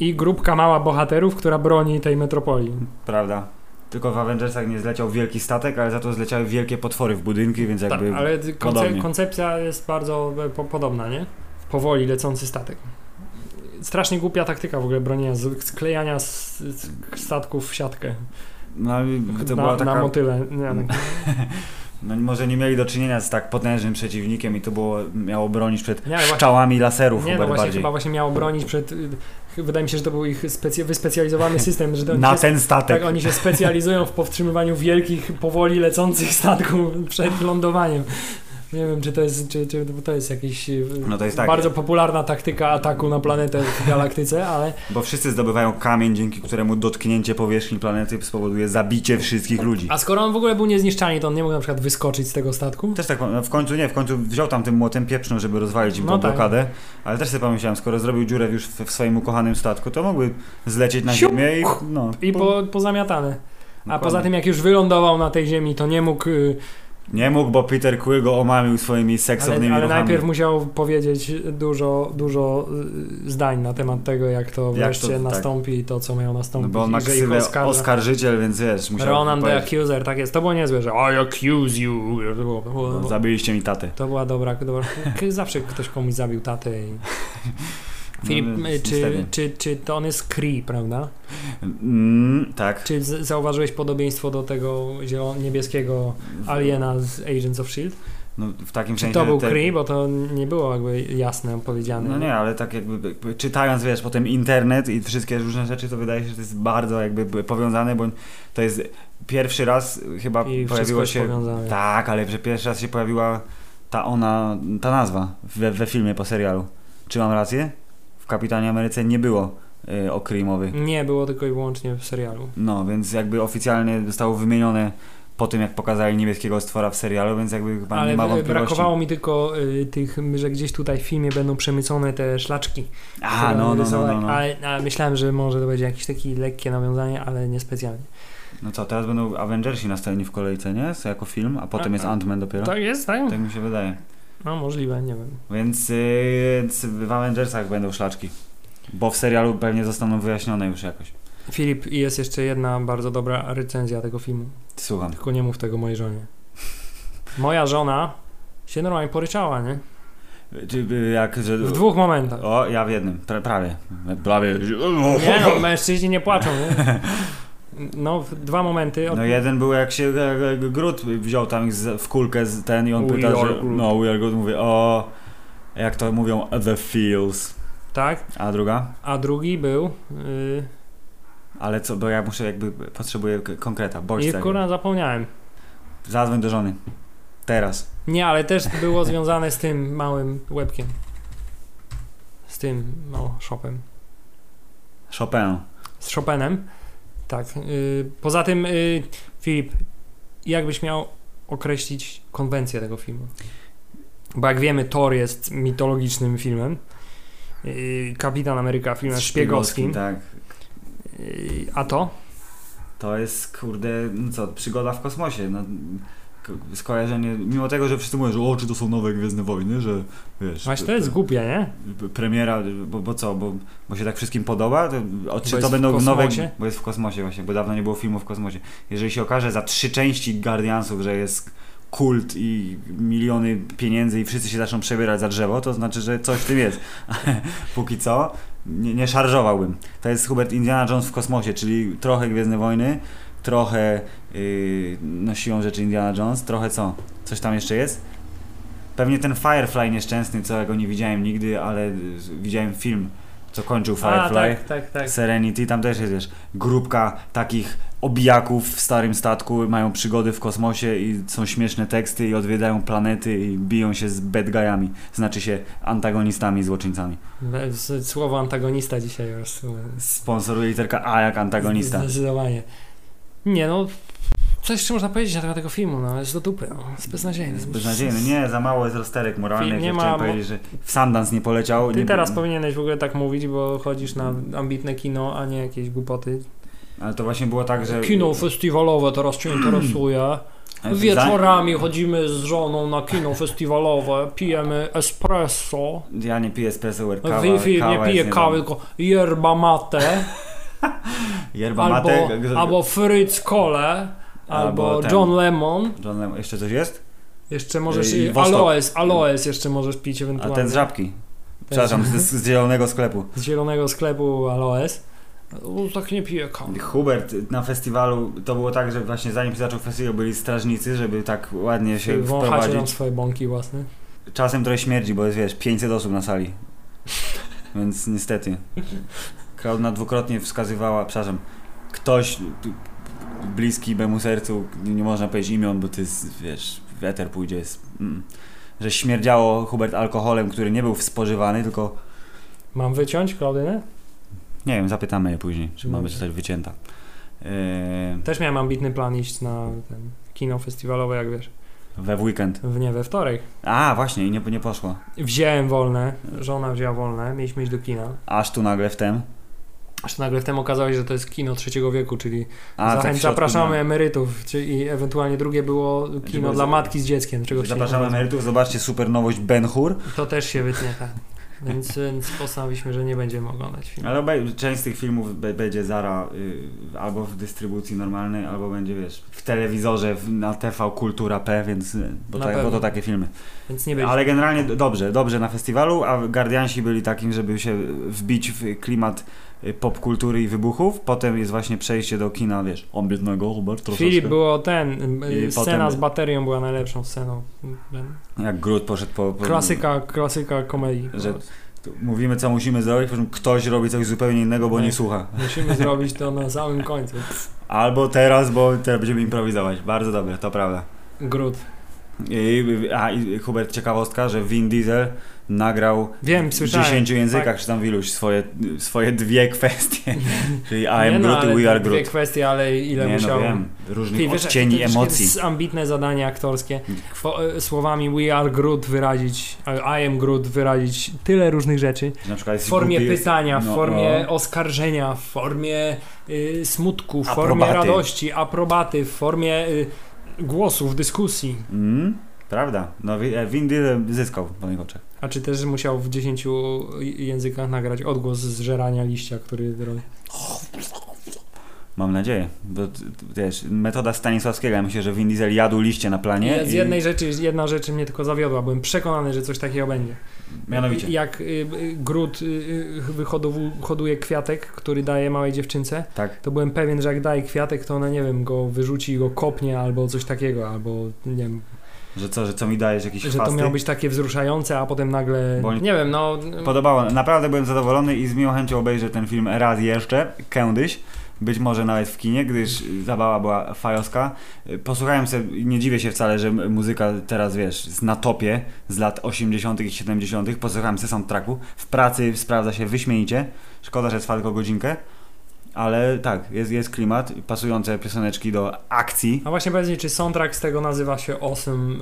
i grupka mała bohaterów, która broni tej metropolii.
prawda. Tylko w Avengersach nie zleciał wielki statek, ale za to zleciały wielkie potwory w budynki, więc
Tak,
jakby...
ale konce-
podobnie.
koncepcja jest bardzo e, po podobna, nie? Powoli lecący statek. Strasznie głupia taktyka w ogóle bronienia, z- sklejania s- s- statków w siatkę
No, ale to
na,
była
na
taka
motyle. Nie, tak.
No może nie mieli do czynienia z tak potężnym przeciwnikiem i to było, miało bronić przed
Nie, ale właśnie-
szczałami laserów
Nie,
chyba
no właśnie,
bardziej.
chyba właśnie miało bronić przed... y, Wydaje mi się, że to był ich specy- wyspecjalizowany system, że to oni
Na
się,
ten statek.
tak, oni się specjalizują w powstrzymywaniu wielkich, powoli lecących statków przed lądowaniem. Nie wiem, czy to jest, czy, czy to jest jakiś y,
No to jest tak.
bardzo popularna taktyka ataku na planetę w galaktyce, ale
Bo wszyscy zdobywają kamień, dzięki któremu dotknięcie powierzchni planety spowoduje zabicie wszystkich ludzi.
a skoro on w ogóle był niezniszczalny, to on nie mógł na przykład wyskoczyć z tego statku?
Też tak, no w końcu nie, w końcu wziął tam tym młotem pieprzną, żeby rozwalić im
No
tą
tak.
blokadę, ale też sobie pomyślałem, skoro zrobił dziurę już w, w swoim ukochanym statku, to mógłby zlecieć na
Siup!
ziemię i no.
I po, pozamiatane. A
dokładnie.
poza tym, jak już wylądował na tej ziemi, to nie mógł. y,
Nie mógł, bo Peter Quill go omamił swoimi seksownymi
Ale, ale
ruchami.
najpierw musiał powiedzieć dużo, dużo y, zdań na temat tego, jak to
Jak
wreszcie
to- tak.
nastąpi i to, co miało
no
nastąpić.
bo on ma
i że ich
ksywę
oskarża.
oskarżyciel, więc wiesz, musiał
no. Ronan the
powiedzieć,
Accuser, tak jest. To było niezłe, że I accuse you. To, było, to, było,
no, zabiliście mi tatę.
to była dobra, dobra. Zawsze ktoś komuś zabił tatę. I... Filip,
No,
y, czy,
niestety.
czy, czy to on jest Kree, prawda?
Mm, tak.
Czy z- zauważyłeś podobieństwo do tego zielon- niebieskiego aliena z Agents of S.H.I.E.L.D.?
No, w takim
E Czy
sensie
to był
te-
Kree, bo to nie było jakby jasne powiedziane.
No nie, ale tak jakby jakby czytając, wiesz, potem internet i wszystkie różne rzeczy, to wydaje się, że to jest bardzo jakby powiązane, bo to jest pierwszy raz chyba
I wszystko
pojawiło
jest
się...
powiązane.
Tak, ale że pierwszy raz się pojawiła ta ona, ta nazwa we, we filmie po serialu. Czy mam rację? W Kapitanie Ameryce nie było y, o Kree mowy.
Nie, było tylko i wyłącznie w serialu.
No, więc jakby oficjalnie zostało wymienione po tym, jak pokazali niebieskiego stwora w serialu, więc jakby chyba
Ale
nie ma
y,
wątpliwości.
brakowało mi tylko y, tych, m, że gdzieś tutaj w filmie będą przemycone te szlaczki.
A,
które
no, no, no,
rysowali.
no, no.
Ale, a myślałem, że może to będzie jakieś takie lekkie nawiązanie, ale niespecjalnie.
No co, teraz będą Avengersi nastawieni w kolejce, nie? Co, jako film, a potem
A-
jest
a-
Ant-Man dopiero.
Tak jest, tak?
Tak mi się wydaje.
No możliwe, nie wiem.
Więc, yy, więc w Avengersach będą szlaczki. Bo w serialu pewnie zostaną wyjaśnione już jakoś.
Filip, i jest jeszcze jedna bardzo dobra recenzja tego filmu.
Słucham.
Tylko nie mów tego mojej żonie. Moja żona się normalnie poryczała, nie?
Czy y, jak, że...
W dwóch momentach.
O, ja w jednym. Pra, prawie. Prawie.
Nie no, mężczyźni nie płaczą, nie? No, w- dwa momenty.
No jeden był jak się jak- jak Groot wziął tam z, w kulkę z ten i on
We
pyta,
are
że...
Groot.
No, we are Groot. Mówi, o... Jak to mówią, the feels.
Tak,
A druga?
a drugi był... Yy,
Ale co, bo ja muszę jakby... Potrzebuję k- konkreta.
I
Bodźca.
kurwa, zapomniałem.
Zadzwoń do żony. Teraz.
Nie, ale też było związane z tym małym łebkiem. Z tym, no, Chopem.
Chopin.
Z Chopinem. Tak. y, poza tym, y, Filip, jak byś miał określić konwencję tego filmu? Bo jak wiemy, Thor jest mitologicznym filmem. y, Kapitan Ameryka filmem szpiegowskim.
Tak.
Y, a to?
To jest, kurde, no co, przygoda w kosmosie. No, ko- skojarzenie, mimo tego, że wszyscy mówią, że o, czy to są nowe Gwiezdne Wojny, że wiesz...
Właśnie to
pre-
jest głupie, nie?
pre- Premiera, bo, bo co, bo, bo się tak wszystkim podoba? To, o,
Bo
czy
jest
to
w
będą nowe...
kosmosie?
Bo jest w kosmosie właśnie, bo dawno nie było filmu w kosmosie. Jeżeli się okaże za trzy części Guardiansów, że jest kult i miliony pieniędzy i wszyscy się zaczną przebierać za drzewo, to znaczy, że coś w tym jest. Póki co nie, nie szarżowałbym. To jest Hubert Indiana Jones w kosmosie, czyli trochę Gwiezdne Wojny, trochę yy, no siłą rzeczy Indiana Jones, trochę co? Coś tam jeszcze jest? Pewnie ten Firefly nieszczęsny, całego nie widziałem nigdy, ale y, widziałem film, co kończył
A,
Firefly.
tak, tak, tak.
Serenity, tam też jest, wiesz, grupka takich obijaków w starym statku, mają przygody w kosmosie i są śmieszne teksty i odwiedzają planety i biją się z bad guyami, znaczy się antagonistami, złoczyńcami.
Bez- Słowo antagonista dzisiaj y, już.
Sponsoruje literka A jak antagonista.
Zdecydowanie. Nie no, coś jeszcze można powiedzieć na temat tego filmu, no jest do dupy, no. Jest beznadziejny.
Jest Beznadziejny. Nie, za mało jest rozterek moralnych.
Film nie
Nie
ma
Chciałem
mo-
powiedzieć, że w Sundance nie poleciał.
Ty
nie...
teraz powinieneś w ogóle tak mówić, bo chodzisz na ambitne kino, a nie jakieś głupoty.
Ale to właśnie było tak, że... e,
Kino festiwalowe teraz cię interesuje. Wieczorami chodzimy z żoną na kino festiwalowe, pijemy espresso. No,
Ja nie piję espresso, kawa,
Wi-Fi
kawa
nie pije
jest
kawy, tylko yerba mate,
Yerba
albo,
mate,
albo Fritz Cole,
Albo
albo
ten.
John Lemon.
John Lemon. Jeszcze coś jest?
Jeszcze możesz
I
i
Wostok.
aloes, aloes jeszcze możesz pić
A
ewentualnie.
ten z żabki. Przepraszam, z, z zielonego sklepu.
Z zielonego sklepu aloes. O, tak nie piję kawy.
Hubert na festiwalu to było tak, że właśnie zanim się zaczął festiwal byli strażnicy, żeby tak ładnie się
Wąchacie tam
wprowadzić.
swoje bąki własne.
Czasem trochę śmierdzi, bo jest wiesz, 500 osób na sali. Więc niestety. Klaudna dwukrotnie wskazywała, przepraszam, ktoś tu- bliski memu sercu, nie można powiedzieć imion, bo ty jest, wiesz, weter pójdzie, jest, mm, że śmierdziało Hubert alkoholem, który nie był spożywany, tylko
Mam wyciąć Klaudynę?
nie wiem, zapytamy je później, czy mamy
Dobrze.
zostać wycięta. Eee,
Też miałem ambitny plan iść na ten kino festiwalowe, jak wiesz,
we w weekend.
w nie we wtorek.
A, właśnie, i nie, nie poszło.
Wziąłem wolne, żona wzięła wolne, mieliśmy iść do kina.
Aż tu nagle wtem.
Aż nagle wtem okazało się, że to jest kino trzeciego wieku, czyli
A,
zachęć,
tak w środku
zapraszamy
dnia.
emerytów. Czy, I ewentualnie drugie było kino
było
dla
za-
matki z dzieckiem, czego się nie
Zapraszamy
nazywa.
emerytów, zobaczcie super nowość Ben Hur.
To też się wytnie, tak. Więc, więc postanowiliśmy, że nie będziemy oglądać filmu.
Ale obej- część z tych filmów be- będzie zara y, albo w dystrybucji normalnej, albo będzie, wiesz, w telewizorze, w, na TV Kultura P, więc y, bo,
Na
tak- bo
pewno.
to takie filmy.
Więc nie będzie.
Ale generalnie d- dobrze, dobrze na festiwalu, a Guardiansi byli takim, żeby się wbić w klimat y, popkultury i wybuchów. Potem jest właśnie przejście do kina, wiesz, ambitnego, Hubert, troszeczkę.
Filip było ten,
I
y, scena
potem-
z baterią była najlepszą sceną.
Jak Groot poszedł po... po
Klasyka, klasyka komedii.
Że- Tu Mówimy, co musimy zrobić, po czym ktoś robi coś zupełnie innego, bo
Tak.
nie słucha.
Musimy zrobić to na samym końcu.
Albo teraz, bo teraz będziemy improwizować. Bardzo dobre, to prawda.
Grud.
I, a i Hubert, ciekawostka, że Vin Diesel nagrał
Wiem,
w
słyszałem.
10 językach,
tak.
czy tam w iluś, swoje, swoje dwie kwestie. Czyli I
Nie
am
no,
Groot
ale
i we are
dwie
Groot.
kwestie, ale ile
nie
musiał...
no wiem, różnych
Ty, wiesz,
odcieni
to też
emocji. Mm.
jest ambitne zadanie aktorskie. Po, e, słowami we are Groot wyrazić, e, I am Groot wyrazić tyle różnych rzeczy.
Że Na przykład
W
jest
formie
głupi,
pytania, w
no,
formie
no.
oskarżenia, w formie y, smutku, w formie
Aprobaty.
radości, aprobaty, w formie y, głosów, dyskusji.
Mm, prawda, no Wi- e, Vin Diesel zyskał w moich oczach.
A czy też musiał w 10 językach nagrać odgłos zżerania liścia, który robi?
Mam nadzieję, bo t- t- wiesz, metoda Stanisławskiego, ja myślę, że Vin Diesel jadł liście na planie.
Nie, z
i-
jednej rzeczy, jedna rzeczy mnie tylko zawiodła. Byłem przekonany, że coś takiego będzie.
Mianowicie.
Jak y, y, Groot y, y, wyhodowu- hoduje kwiatek, który daje małej dziewczynce,
Tak.
to byłem pewien, że jak daje kwiatek, to ona, nie wiem, go wyrzuci, go kopnie albo coś takiego, albo nie wiem,
Że co, że co mi dajesz, jakieś
że to
chwasty?
miało być takie wzruszające, a potem nagle.
Bo oni-
Nie wiem, no.
Podobało, naprawdę byłem zadowolony i z miłą chęcią obejrzę ten film raz jeszcze, kiedyś. Być może nawet w kinie, gdyż zabawa była fajowska. Posłuchałem sobie, nie dziwię się wcale, że muzyka teraz, wiesz, jest na topie z lat 80 i 70 Posłuchałem se soundtracku. W pracy sprawdza się wyśmienicie. Szkoda, że trwa tylko godzinkę. ale tak, jest, jest klimat, pasujące pioseneczki do akcji.
A właśnie powiedz mi, czy soundtrack z tego nazywa się Awesome y,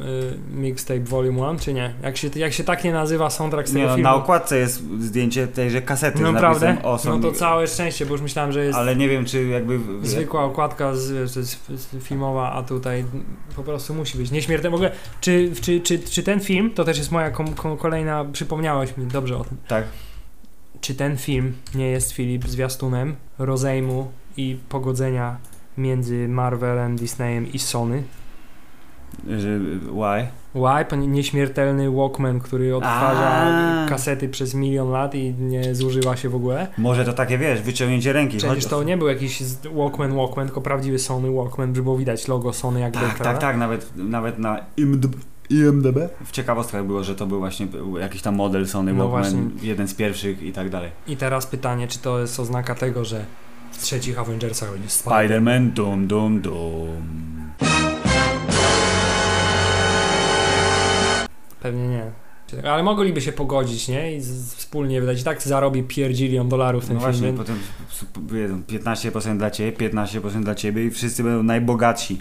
Mixtape Volume 1, czy nie? Jak się, jak się tak nie nazywa soundtrack z tego
Nie, no,
filmu?
na okładce jest zdjęcie tejże kasety
no
z
naprawdę?
napisem awesome.
No to całe szczęście, bo już myślałem, że jest
Ale nie wiem, czy jakby... w- w-
zwykła okładka z, wiesz, to jest f- filmowa, a tutaj po prostu musi być nieśmiertelny. W ogóle, czy, czy, czy, czy ten film, to też jest moja kom, kom, kolejna, przypomniałeś mi dobrze o tym,
Tak.
czy ten film nie jest Filip zwiastunem rozejmu i pogodzenia między Marvelem, Disneyem i Sony?
Że, y, why?
Why? Pan- Nieśmiertelny Walkman, który odtwarza
A.
kasety przez milion lat i nie zużywa się w ogóle.
Może to takie, wiesz, wyciągnięcie ręki.
Przecież
Chodź-
to nie był jakiś z- Walkman Walkman, tylko prawdziwy Sony Walkman, żeby było widać logo Sony jak
Tak,
Delta.
tak, tak, nawet, nawet na IMDb, IMDB w ciekawostkach było, że to był właśnie jakiś tam model Sony
No
Walkman,
właśnie.
jeden z pierwszych i tak dalej.
I teraz pytanie, czy to jest oznaka tego, że w trzecich Avengersach będzie Spider.
Spider-Man dum dum dum.
Pewnie nie. Ale mogliby się pogodzić, nie? I z- z, wspólnie wydać. I tak zarobi pierdzilion dolarów ten
No
film.
właśnie,
więc-
potem sup- wiedzą, 15% dla ciebie, 15% dla ciebie i wszyscy będą najbogatsi.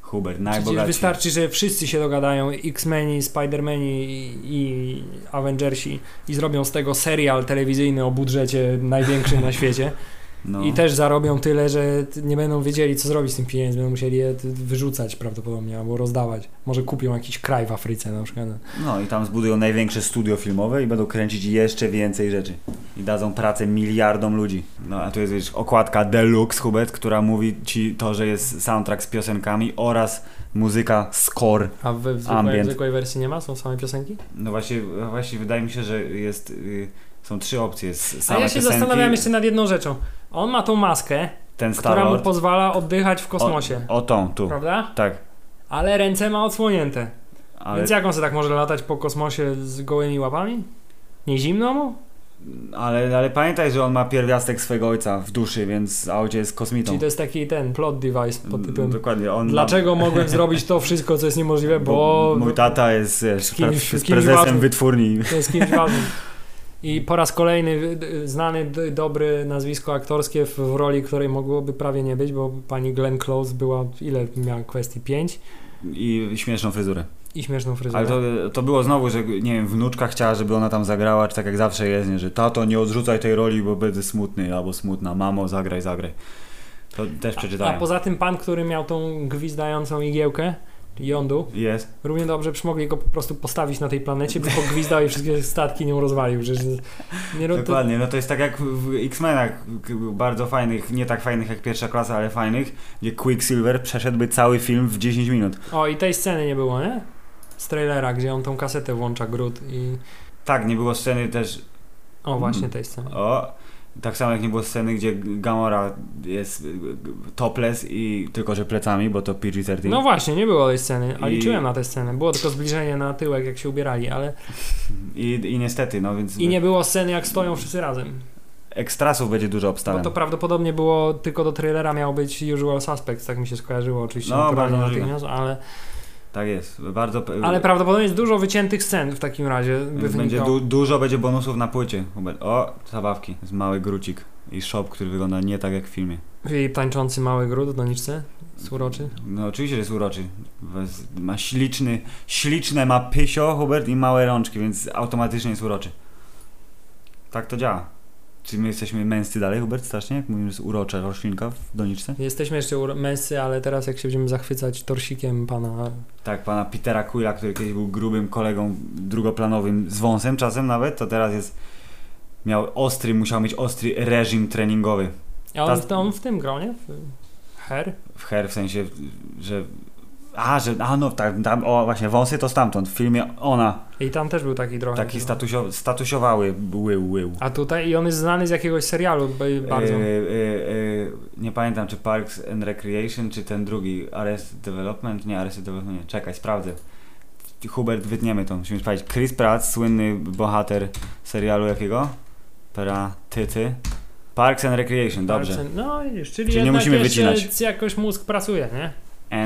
Hubert,
Przecież
najbogatsi.
wystarczy, że wszyscy się dogadają, X-Meni, Spider-Meni i- i Avengersi i zrobią z tego serial telewizyjny o budżecie największym na świecie
No.
i też zarobią tyle, że t- nie będą wiedzieli co zrobić z tym pieniędzmi, będą musieli je t- wyrzucać prawdopodobnie albo rozdawać. Może kupią jakiś kraj w Afryce na przykład.
no i tam zbudują największe studio filmowe i będą kręcić jeszcze więcej rzeczy. I dadzą pracę miliardom ludzi. No a tu jest wiesz, okładka Deluxe Hubert, która mówi ci to, że jest soundtrack z piosenkami oraz muzyka score.
A w, w, zwykłej,
Ambient.
w zwykłej wersji nie ma? Są same piosenki?
No właśnie, właśnie wydaje mi się, że jest, y, są trzy opcje. Jest
A
same
ja się
piosenki,
zastanawiałem jeszcze nad jedną rzeczą. On ma tą maskę,
ten
która mu
Star-Lord.
pozwala oddychać w kosmosie,
O tą, tu.
prawda?
Tak.
Ale ręce ma odsłonięte.
Ale
Więc jak on sobie tak może latać po kosmosie z gołymi łapami? Nie zimno mu?
Ale, ale pamiętaj, że on ma pierwiastek swojego ojca w duszy, więc aucie jest kosmitą.
Czyli to jest taki ten plot device pod
Mm,
typem
Dokładnie. On
Dlaczego mogłem zrobić to wszystko, co jest niemożliwe, bo
Mój tata jest wiesz,
kimś-
pre- z
kimś
prezesem
ważnym.
wytwórni.
to jest kimś ważnym. I po raz kolejny y, y, znany, d- dobry nazwisko aktorskie w, w roli, której mogłoby prawie nie być, bo pani Glenn Close była, ile miała kwestii? Pięć
I śmieszną fryzurę.
i śmieszną fryzurę.
Ale to, to było znowu, że nie wiem, wnuczka chciała, żeby ona tam zagrała, czy tak jak zawsze jest, nie, że tato nie odrzucaj tej roli, bo będę smutny albo smutna. Mamo, zagraj, zagraj. To też
A
przeczytałem.
poza tym pan, który miał tą gwizdającą igiełkę, Yondu,
Jest.
Równie dobrze, przecież mogli go po prostu postawić na tej planecie, by pogwizdał i wszystkie statki nią rozwalił. Że, że nie, ro- to,
Dokładnie, no to jest tak jak w w X-Menach, k- bardzo fajnych, nie tak fajnych jak pierwsza klasa, ale fajnych, gdzie Quicksilver przeszedłby cały film w 10 minut.
o, i tej sceny nie było, nie? Z trailera, gdzie on tą kasetę włącza Groot i...
Tak, nie było sceny też,
O, właśnie
Mm.
tej sceny.
o, tak samo jak nie było sceny, gdzie Gamora jest y, y, topless i tylko, że plecami, bo to PG-13.
No właśnie, nie było tej sceny, a
I-
liczyłem na tę scenę. Było tylko zbliżenie na tyłek, jak się ubierali, ale...
I, I niestety, no więc
I nie było sceny, jak stoją wszyscy razem.
ekstrasów będzie dużo
Bo
obstawiam.
No to prawdopodobnie było, tylko do trailera miał być Usual Suspects, tak mi się skojarzyło oczywiście.
No,
naturalnie
bardzo możliwe.
natychmiast, ale,
Tak jest, bardzo... pe-
ale prawdopodobnie jest dużo wyciętych scen w takim razie, by
Będzie
wynikało.
du- dużo będzie bonusów na płycie. Hubert. O, zabawki, z mały grucik i shop, który wygląda nie tak jak w filmie.
I tańczący mały Groot w doniczce, suroczy.
No oczywiście, że jest uroczy. Bez- Ma śliczny, śliczne ma pysio Hubert i małe rączki, więc automatycznie jest uroczy. Tak to działa. Czy my jesteśmy męscy dalej, Hubert, strasznie? Jak mówimy, że jest urocza roślinka w doniczce?
Jesteśmy jeszcze u męscy, ale teraz jak się będziemy zachwycać torsikiem pana...
Tak, pana Petera Quilla, który kiedyś był grubym kolegą drugoplanowym z wąsem czasem nawet, to teraz jest... Miał ostry, musiał mieć ostry reżim treningowy.
A on,
Tas-
to on w tym grał, nie? W- Her?
W her, w sensie, że... A, że... A, no tak, tam, o właśnie, wąsy to stamtąd. W filmie ona
I tam też był taki trochę.
Taki
chyba.
statusio, statusiowały łył, łył.
A tutaj i on jest znany z jakiegoś serialu by- bardzo.
E, e, e, nie pamiętam, czy Parks and Recreation, czy ten drugi, Arrested Development, nie, Arrested Development, nie, czekaj, sprawdzę. Hubert, wytniemy to, musimy sprawdzić. Chris Pratt, słynny bohater serialu jakiego? Pratyty. Parks and Recreation, dobrze.
Bardzo- No widzisz, czyli,
Czyli nie
jednak
musimy
jeszcze
wycinać.
jakoś mózg pracuje, nie?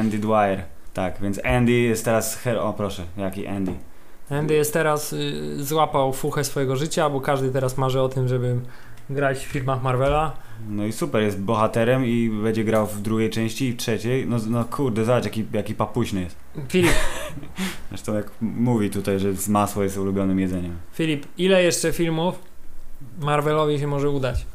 Andy Dwyer, tak, więc Andy jest teraz her... O, proszę, jaki Andy.
Andy jest teraz, y, złapał fuchę swojego życia, bo każdy teraz marzy o tym, żeby grać w filmach Marvela.
No i super, jest bohaterem i będzie grał w drugiej części i w trzeciej. No, no kurde, zobacz jaki, jaki papuśny jest.
Filip,
Zresztą jak mówi tutaj, że z masło jest ulubionym jedzeniem.
Filip, ile jeszcze filmów Marvelowi się może udać?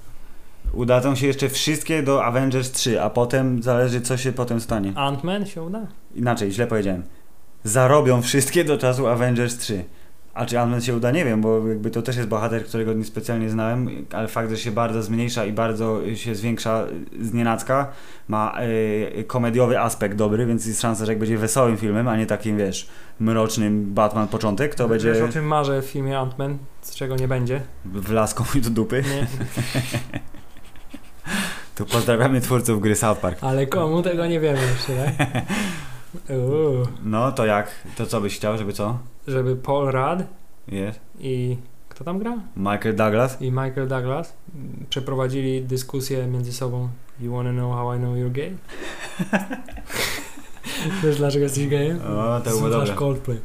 Udadzą się jeszcze wszystkie do Avengers 3, a potem zależy co się potem stanie.
Ant-Man się uda?
Inaczej, źle powiedziałem. Zarobią wszystkie do czasu Avengers 3. A czy Ant-Man się uda? Nie wiem, bo jakby to też jest bohater, którego nie specjalnie znałem, ale fakt, że się bardzo zmniejsza i bardzo się zwiększa z nienacka, ma y, komediowy aspekt dobry, więc jest szansa, że jak będzie wesołym filmem, a nie takim, wiesz, mrocznym Batman początek, to
Wiesz,
będzie
o czym marzę w filmie Ant-Man, z czego nie będzie.
wlaską do dupy.
Nie,
Tu pozdrawiamy twórców gry South Park.
ale komu tego nie wiemy jeszcze, tak? Uuu,
No to jak? To co byś chciał, żeby co?
żeby Paul Rudd
Jest.
i... Kto tam gra?
Michael Douglas?
I Michael Douglas mm, przeprowadzili dyskusję między sobą You wanna know how I know you're gay? Wiesz dlaczego jesteś gejem?
O, to Tak, było
Słuchasz
dobre.
Coldplay.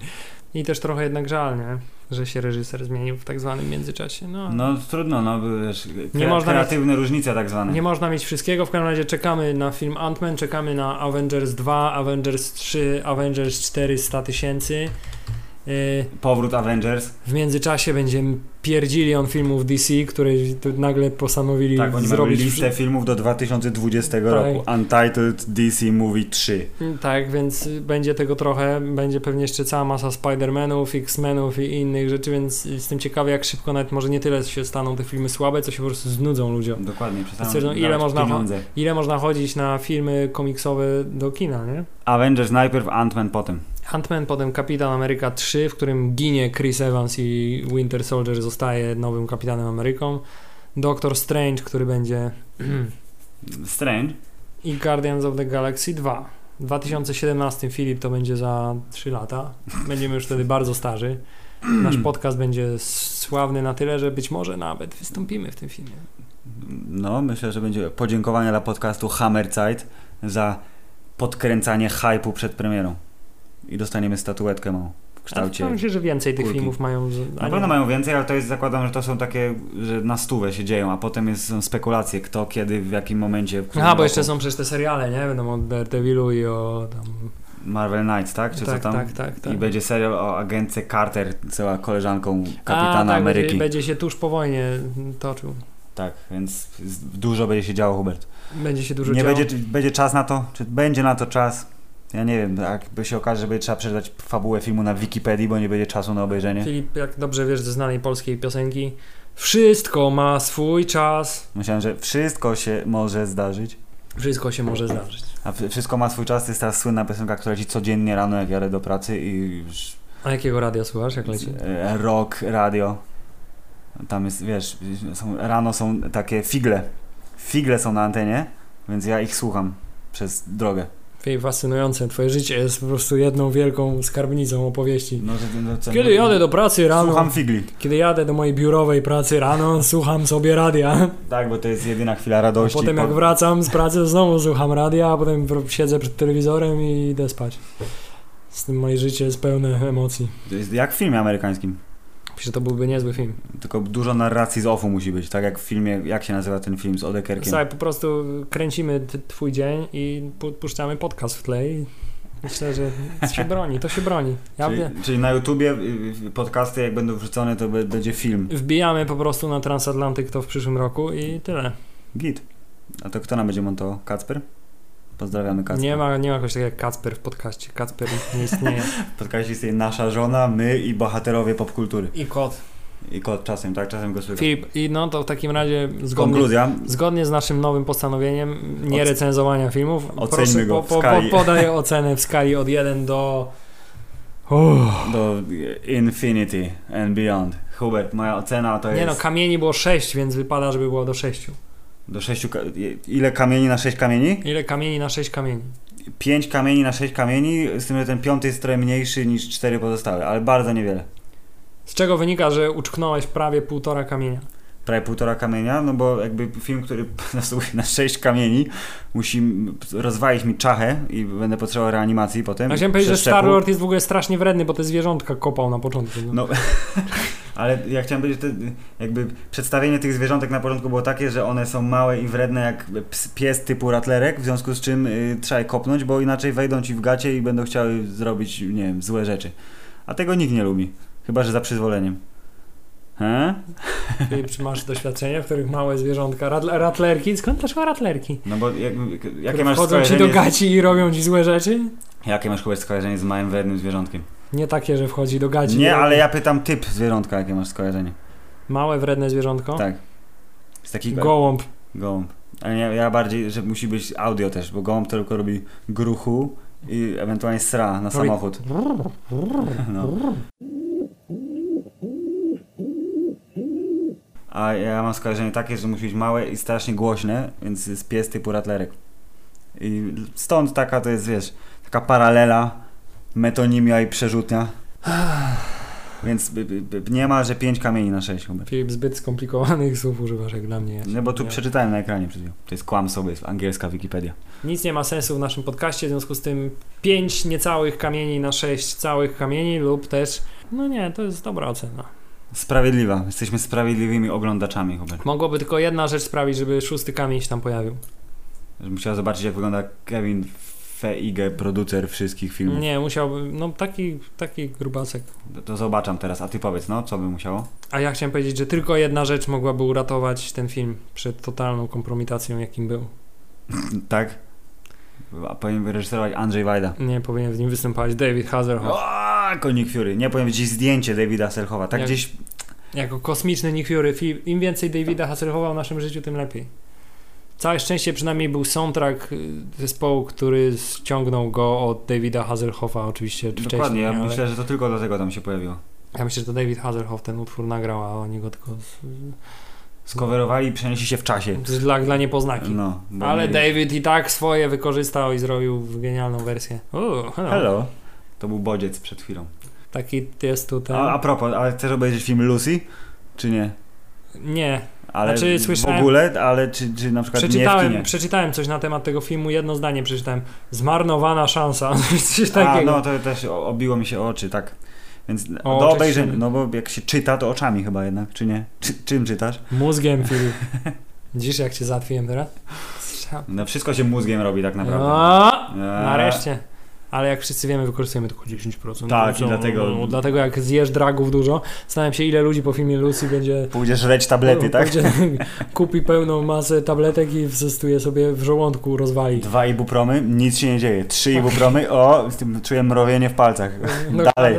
I też trochę jednak żal, nie? Że się reżyser zmienił w tak zwanym międzyczasie. No,
No trudno, no bo wiesz, kre-
Nie można mieć-
kreatywne różnice tak zwane.
Nie można mieć wszystkiego, w każdym razie czekamy na film Ant-Man, czekamy na Avengers 2, Avengers 3, Avengers 400 tysięcy. Yy,
Powrót Avengers.
W międzyczasie będziemy pierdzili on filmów DC, które tu nagle postanowili
Tak, oni mają
zrobić.
listę filmów do 2020
Tak.
roku. Untitled DC Movie 3.
Tak, więc y, będzie tego trochę, będzie pewnie jeszcze cała masa Spider-Manów, X-Menów i innych rzeczy, więc jestem ciekawy jak szybko nawet może nie tyle się staną te filmy słabe, co się po prostu znudzą ludziom.
Dokładnie, przestaną
Znaczy, no, ile
dawać
można-
pieniądze.
Ile można chodzić na filmy komiksowe do kina, nie?
Avengers najpierw, Ant-Man potem.
Ant-Man, potem Kapitan Ameryka 3, w którym ginie Chris Evans i Winter Soldier zostaje nowym Kapitanem Ameryką. Doctor Strange, który będzie...
Strange.
I Guardians of the Galaxy 2. W 2017 Filip to będzie za 3 lata. Będziemy już wtedy bardzo starzy. Nasz podcast będzie sławny na tyle, że być może nawet wystąpimy w tym filmie.
No, myślę, że będzie podziękowanie dla podcastu Hammerzeit za podkręcanie hypu przed premierą. I dostaniemy statuetkę małą w kształcie...
Ale myślę, że więcej tych
kulki.
filmów mają. z- a
Na
nie-
pewno mają więcej, ale to jest, zakładam, że to są takie, że na stówę się dzieją, a potem jest, są spekulacje, kto, kiedy, w jakim momencie. W którym
Aha, bo
roku.
jeszcze są przecież te seriale, nie? Będą o Daredevilu i o tam...
Marvel Knights, tak? Czy
tak,
co tam?
tak, tak, tak.
I będzie serial o agentce Carter, cała koleżanką kapitana
A, tak,
Ameryki.
Będzie, będzie się tuż po wojnie toczył.
Tak, więc z- dużo będzie się działo, Hubert.
Będzie się dużo
nie
działo.
będzie, czy będzie czas na to? Czy będzie na to czas? Ja nie wiem, jakby się okaże, że będzie trzeba przeczytać fabułę filmu na Wikipedii, bo nie będzie czasu na obejrzenie.
Filip, jak dobrze wiesz ze znanej polskiej piosenki, wszystko ma swój czas,
Myślałem, że wszystko się może zdarzyć.
wszystko się może zdarzyć.
A w- wszystko ma swój czas, to jest teraz słynna piosenka, która leci codziennie rano, jak jadę do pracy i już
A jakiego radia słuchasz, jak leci?
e, rock, radio. Tam jest, wiesz, są, rano są takie figle. Figle są na antenie, więc ja ich słucham przez drogę.
Filip, fascynujące, twoje życie jest po prostu jedną wielką skarbnicą opowieści.
No, że- no, co-
Kiedy jadę do pracy rano,
Słucham figli.
kiedy jadę do mojej biurowej pracy rano, słucham sobie radia.
Tak, bo to jest jedyna chwila
A
radości.
potem jak
Po-
wracam z pracy, znowu słucham radia, a potem wr- siedzę przed telewizorem i idę spać. Z tym moje życie jest pełne emocji.
To jest jak w filmie amerykańskim.
Przecież to byłby niezły film.
Tylko dużo narracji z offu musi być, tak jak w filmie, jak się nazywa ten film z Odekerkiem.
Słuchaj, po prostu kręcimy t- twój dzień i pu- puszczamy podcast w tle i myślę, że się broni, to się broni. Ja wiem.
Czyli, czyli na YouTubie y, y, podcasty jak będą wrzucone, to be- będzie film.
Wbijamy po prostu na transatlantyk to w przyszłym roku i tyle.
Git. A to kto nam będzie montował? Kacper? Pozdrawiamy Kacper.
Nie ma, nie ma czegoś takiego jak Kacper w podcaście. Kacper nie istnieje.
Podkreśli sobie nasza żona, my i bohaterowie popkultury.
I kot.
I kot czasem, tak? Czasem go słychać.
Filip, i no to w takim razie zgodnie,
Konkluzja.
zgodnie z naszym nowym postanowieniem nie
Oc-
recenzowania filmów.
Oceńmy go w skali.
podaję ocenę w skali od 1 do... Uff.
Do Infinity and Beyond. Hubert, moja ocena to
Nie no,
jest
kamieni było 6, więc wypada, żeby było do 6.
do sześciu... Ka- ile kamieni na sześć kamieni?
Ile kamieni na 6 kamieni?
Pięć kamieni na sześć kamieni, z tym, że ten piąty jest trochę mniejszy niż cztery pozostałe, ale bardzo niewiele.
Z czego wynika, że uczknąłeś prawie półtora kamienia?
prawie półtora kamienia, no bo jakby film, który zasługuje na sześć kamieni, musi m- rozwalić mi czachę i będę potrzebował reanimacji potem.
Ja chciałem powiedzieć, że
przeszczepu.
Star-Lord jest w ogóle strasznie wredny, bo te zwierzątka kopał na początku. No.
No, ale ja chciałem powiedzieć, że te, jakby przedstawienie tych zwierzątek na początku było takie, że one są małe i wredne jak ps- pies typu ratlerek, w związku z czym y, trzeba je kopnąć, bo inaczej wejdą ci w gacie i będą chciały zrobić, nie wiem, złe rzeczy. A tego nikt nie lubi. Chyba, że za przyzwoleniem. He?
Ty przy- masz doświadczenia, w których małe zwierzątka, ratl- ratlerki, skąd też ma ratlerki?
No bo jak, jakie,
Które
masz
Wchodzą ci
skojarzenie
do
z,
gaci i robią ci złe rzeczy?
jakie masz Hubert, skojarzenie z małym wrednym zwierzątkiem?
Nie takie, że wchodzi do gaci. i
Nie,
robi-
ale ja pytam typ zwierzątka, jakie masz skojarzenie.
Małe, wredne zwierzątko?
Tak. Z takiego...
Gołąb.
Gołąb. Ale ja, ja bardziej, że musi być audio też, bo gołąb to tylko robi gruchu i ewentualnie sra na
Robi-
samochód. No. A ja mam skojarzenie takie, że musi być małe i strasznie głośne, więc jest pies typu ratlerek. I stąd taka to jest, wiesz, taka paralela, metonimia i przerzutnia. Więc by- by- by- nie ma, że pięć kamieni na sześć. Hubert.
Filip, zbyt skomplikowanych słów używasz jak dla mnie.
No bo tu
Nie.
przeczytałem na ekranie przed chwilą. To jest kłamstwo, bo jest angielska Wikipedia.
Nic nie ma sensu w naszym podcaście, w związku z tym 5 niecałych kamieni na 6 całych kamieni lub też... No nie, to jest dobra ocena.
Sprawiedliwa. Jesteśmy sprawiedliwymi oglądaczami, Hubert.
Mogłoby tylko jedna rzecz sprawić, żeby szósty kamień się tam pojawił.
Żebym chciał zobaczyć, jak wygląda Kevin Feige, producer wszystkich filmów. No
Nie, musiałby... No taki, taki grubasek.
To, to zobaczam teraz. A ty powiedz, no, co by musiało?
A ja chciałem powiedzieć, że tylko jedna rzecz mogłaby uratować ten film przed totalną kompromitacją, jakim był.
tak? A powinien wyreżyserować Andrzej Wajda.
Nie, powinien w nim występować David Hasselhoff.
O, konik Fury. Nie powiem gdzieś zdjęcie Davida Selchowa. Tak
Jak-
gdzieś.
Jako kosmiczny Nick Fury. Fi- Im więcej Davida Hasselhoffa w naszym życiu, tym lepiej. Całe szczęście przynajmniej był soundtrack y, zespołu, który ściągnął go od Davida Hasselhoffa oczywiście wcześniej.
Dokładnie. Ja
ale...
myślę, że to tylko dlatego tam się pojawiło.
ja myślę, że to David Hasselhoff ten utwór nagrał, a oni go tylko
Skowerowali i przenieśli się w czasie.
z... dla, dla niepoznaki.
No. bo
ale
mieli-
David i tak swoje wykorzystał i zrobił genialną wersję. Uuu, hello.
Hello. To był bodziec przed chwilą.
Taki jest tu ten...
A, a propos, ale chcesz obejrzeć film Lucy? Czy nie?
Nie,
Ale
Znaczy,
w
słyszałem-
ogóle, ale czy, czy na przykład nie w
przeczytałem,
kinie?
przeczytałem coś na temat tego filmu, jedno zdanie przeczytałem. Zmarnowana szansa, coś
A,
takiego.
no to też o- obiło mi się o oczy, tak. Więc
O,
do
oczy
obejrzenia,
się-
no bo jak się czyta, to oczami chyba jednak, czy nie? Czy, czym czytasz?
Mózgiem, Filip. Dziś jak cię zatwiłem teraz? Strzał.
No wszystko się mózgiem robi tak naprawdę.
O,
Eee,
No, nareszcie. Ale jak wszyscy wiemy, wykorzystujemy tylko 10%.
Tak,
Co-
i dlatego-
no, dlatego jak zjesz dragów dużo, zastanawiam się, ile ludzi po filmie Lucy będzie...
Pójdziesz leć tablety, tak?
będzie- Kupi pełną masę tabletek i wzestuje sobie w żołądku, rozwali.
Dwa ibupromy, nic się nie dzieje. Trzy ibupromy, o, z tym czuję mrowienie w palcach. Dalej.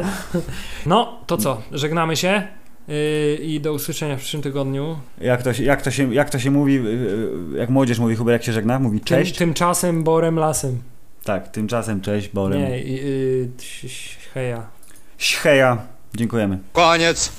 No, to co? Żegnamy się yy, i do usłyszenia w przyszłym tygodniu.
Jak to się, jak to się, jak to się mówi, yy, jak młodzież mówi, chyba jak się żegna, mówi
Tym,
cześć.
tymczasem Borem Lasem.
Tak, tymczasem cześć, bolem.
Nie, yy, yy, heja.
Ścheja, dziękujemy.
Koniec.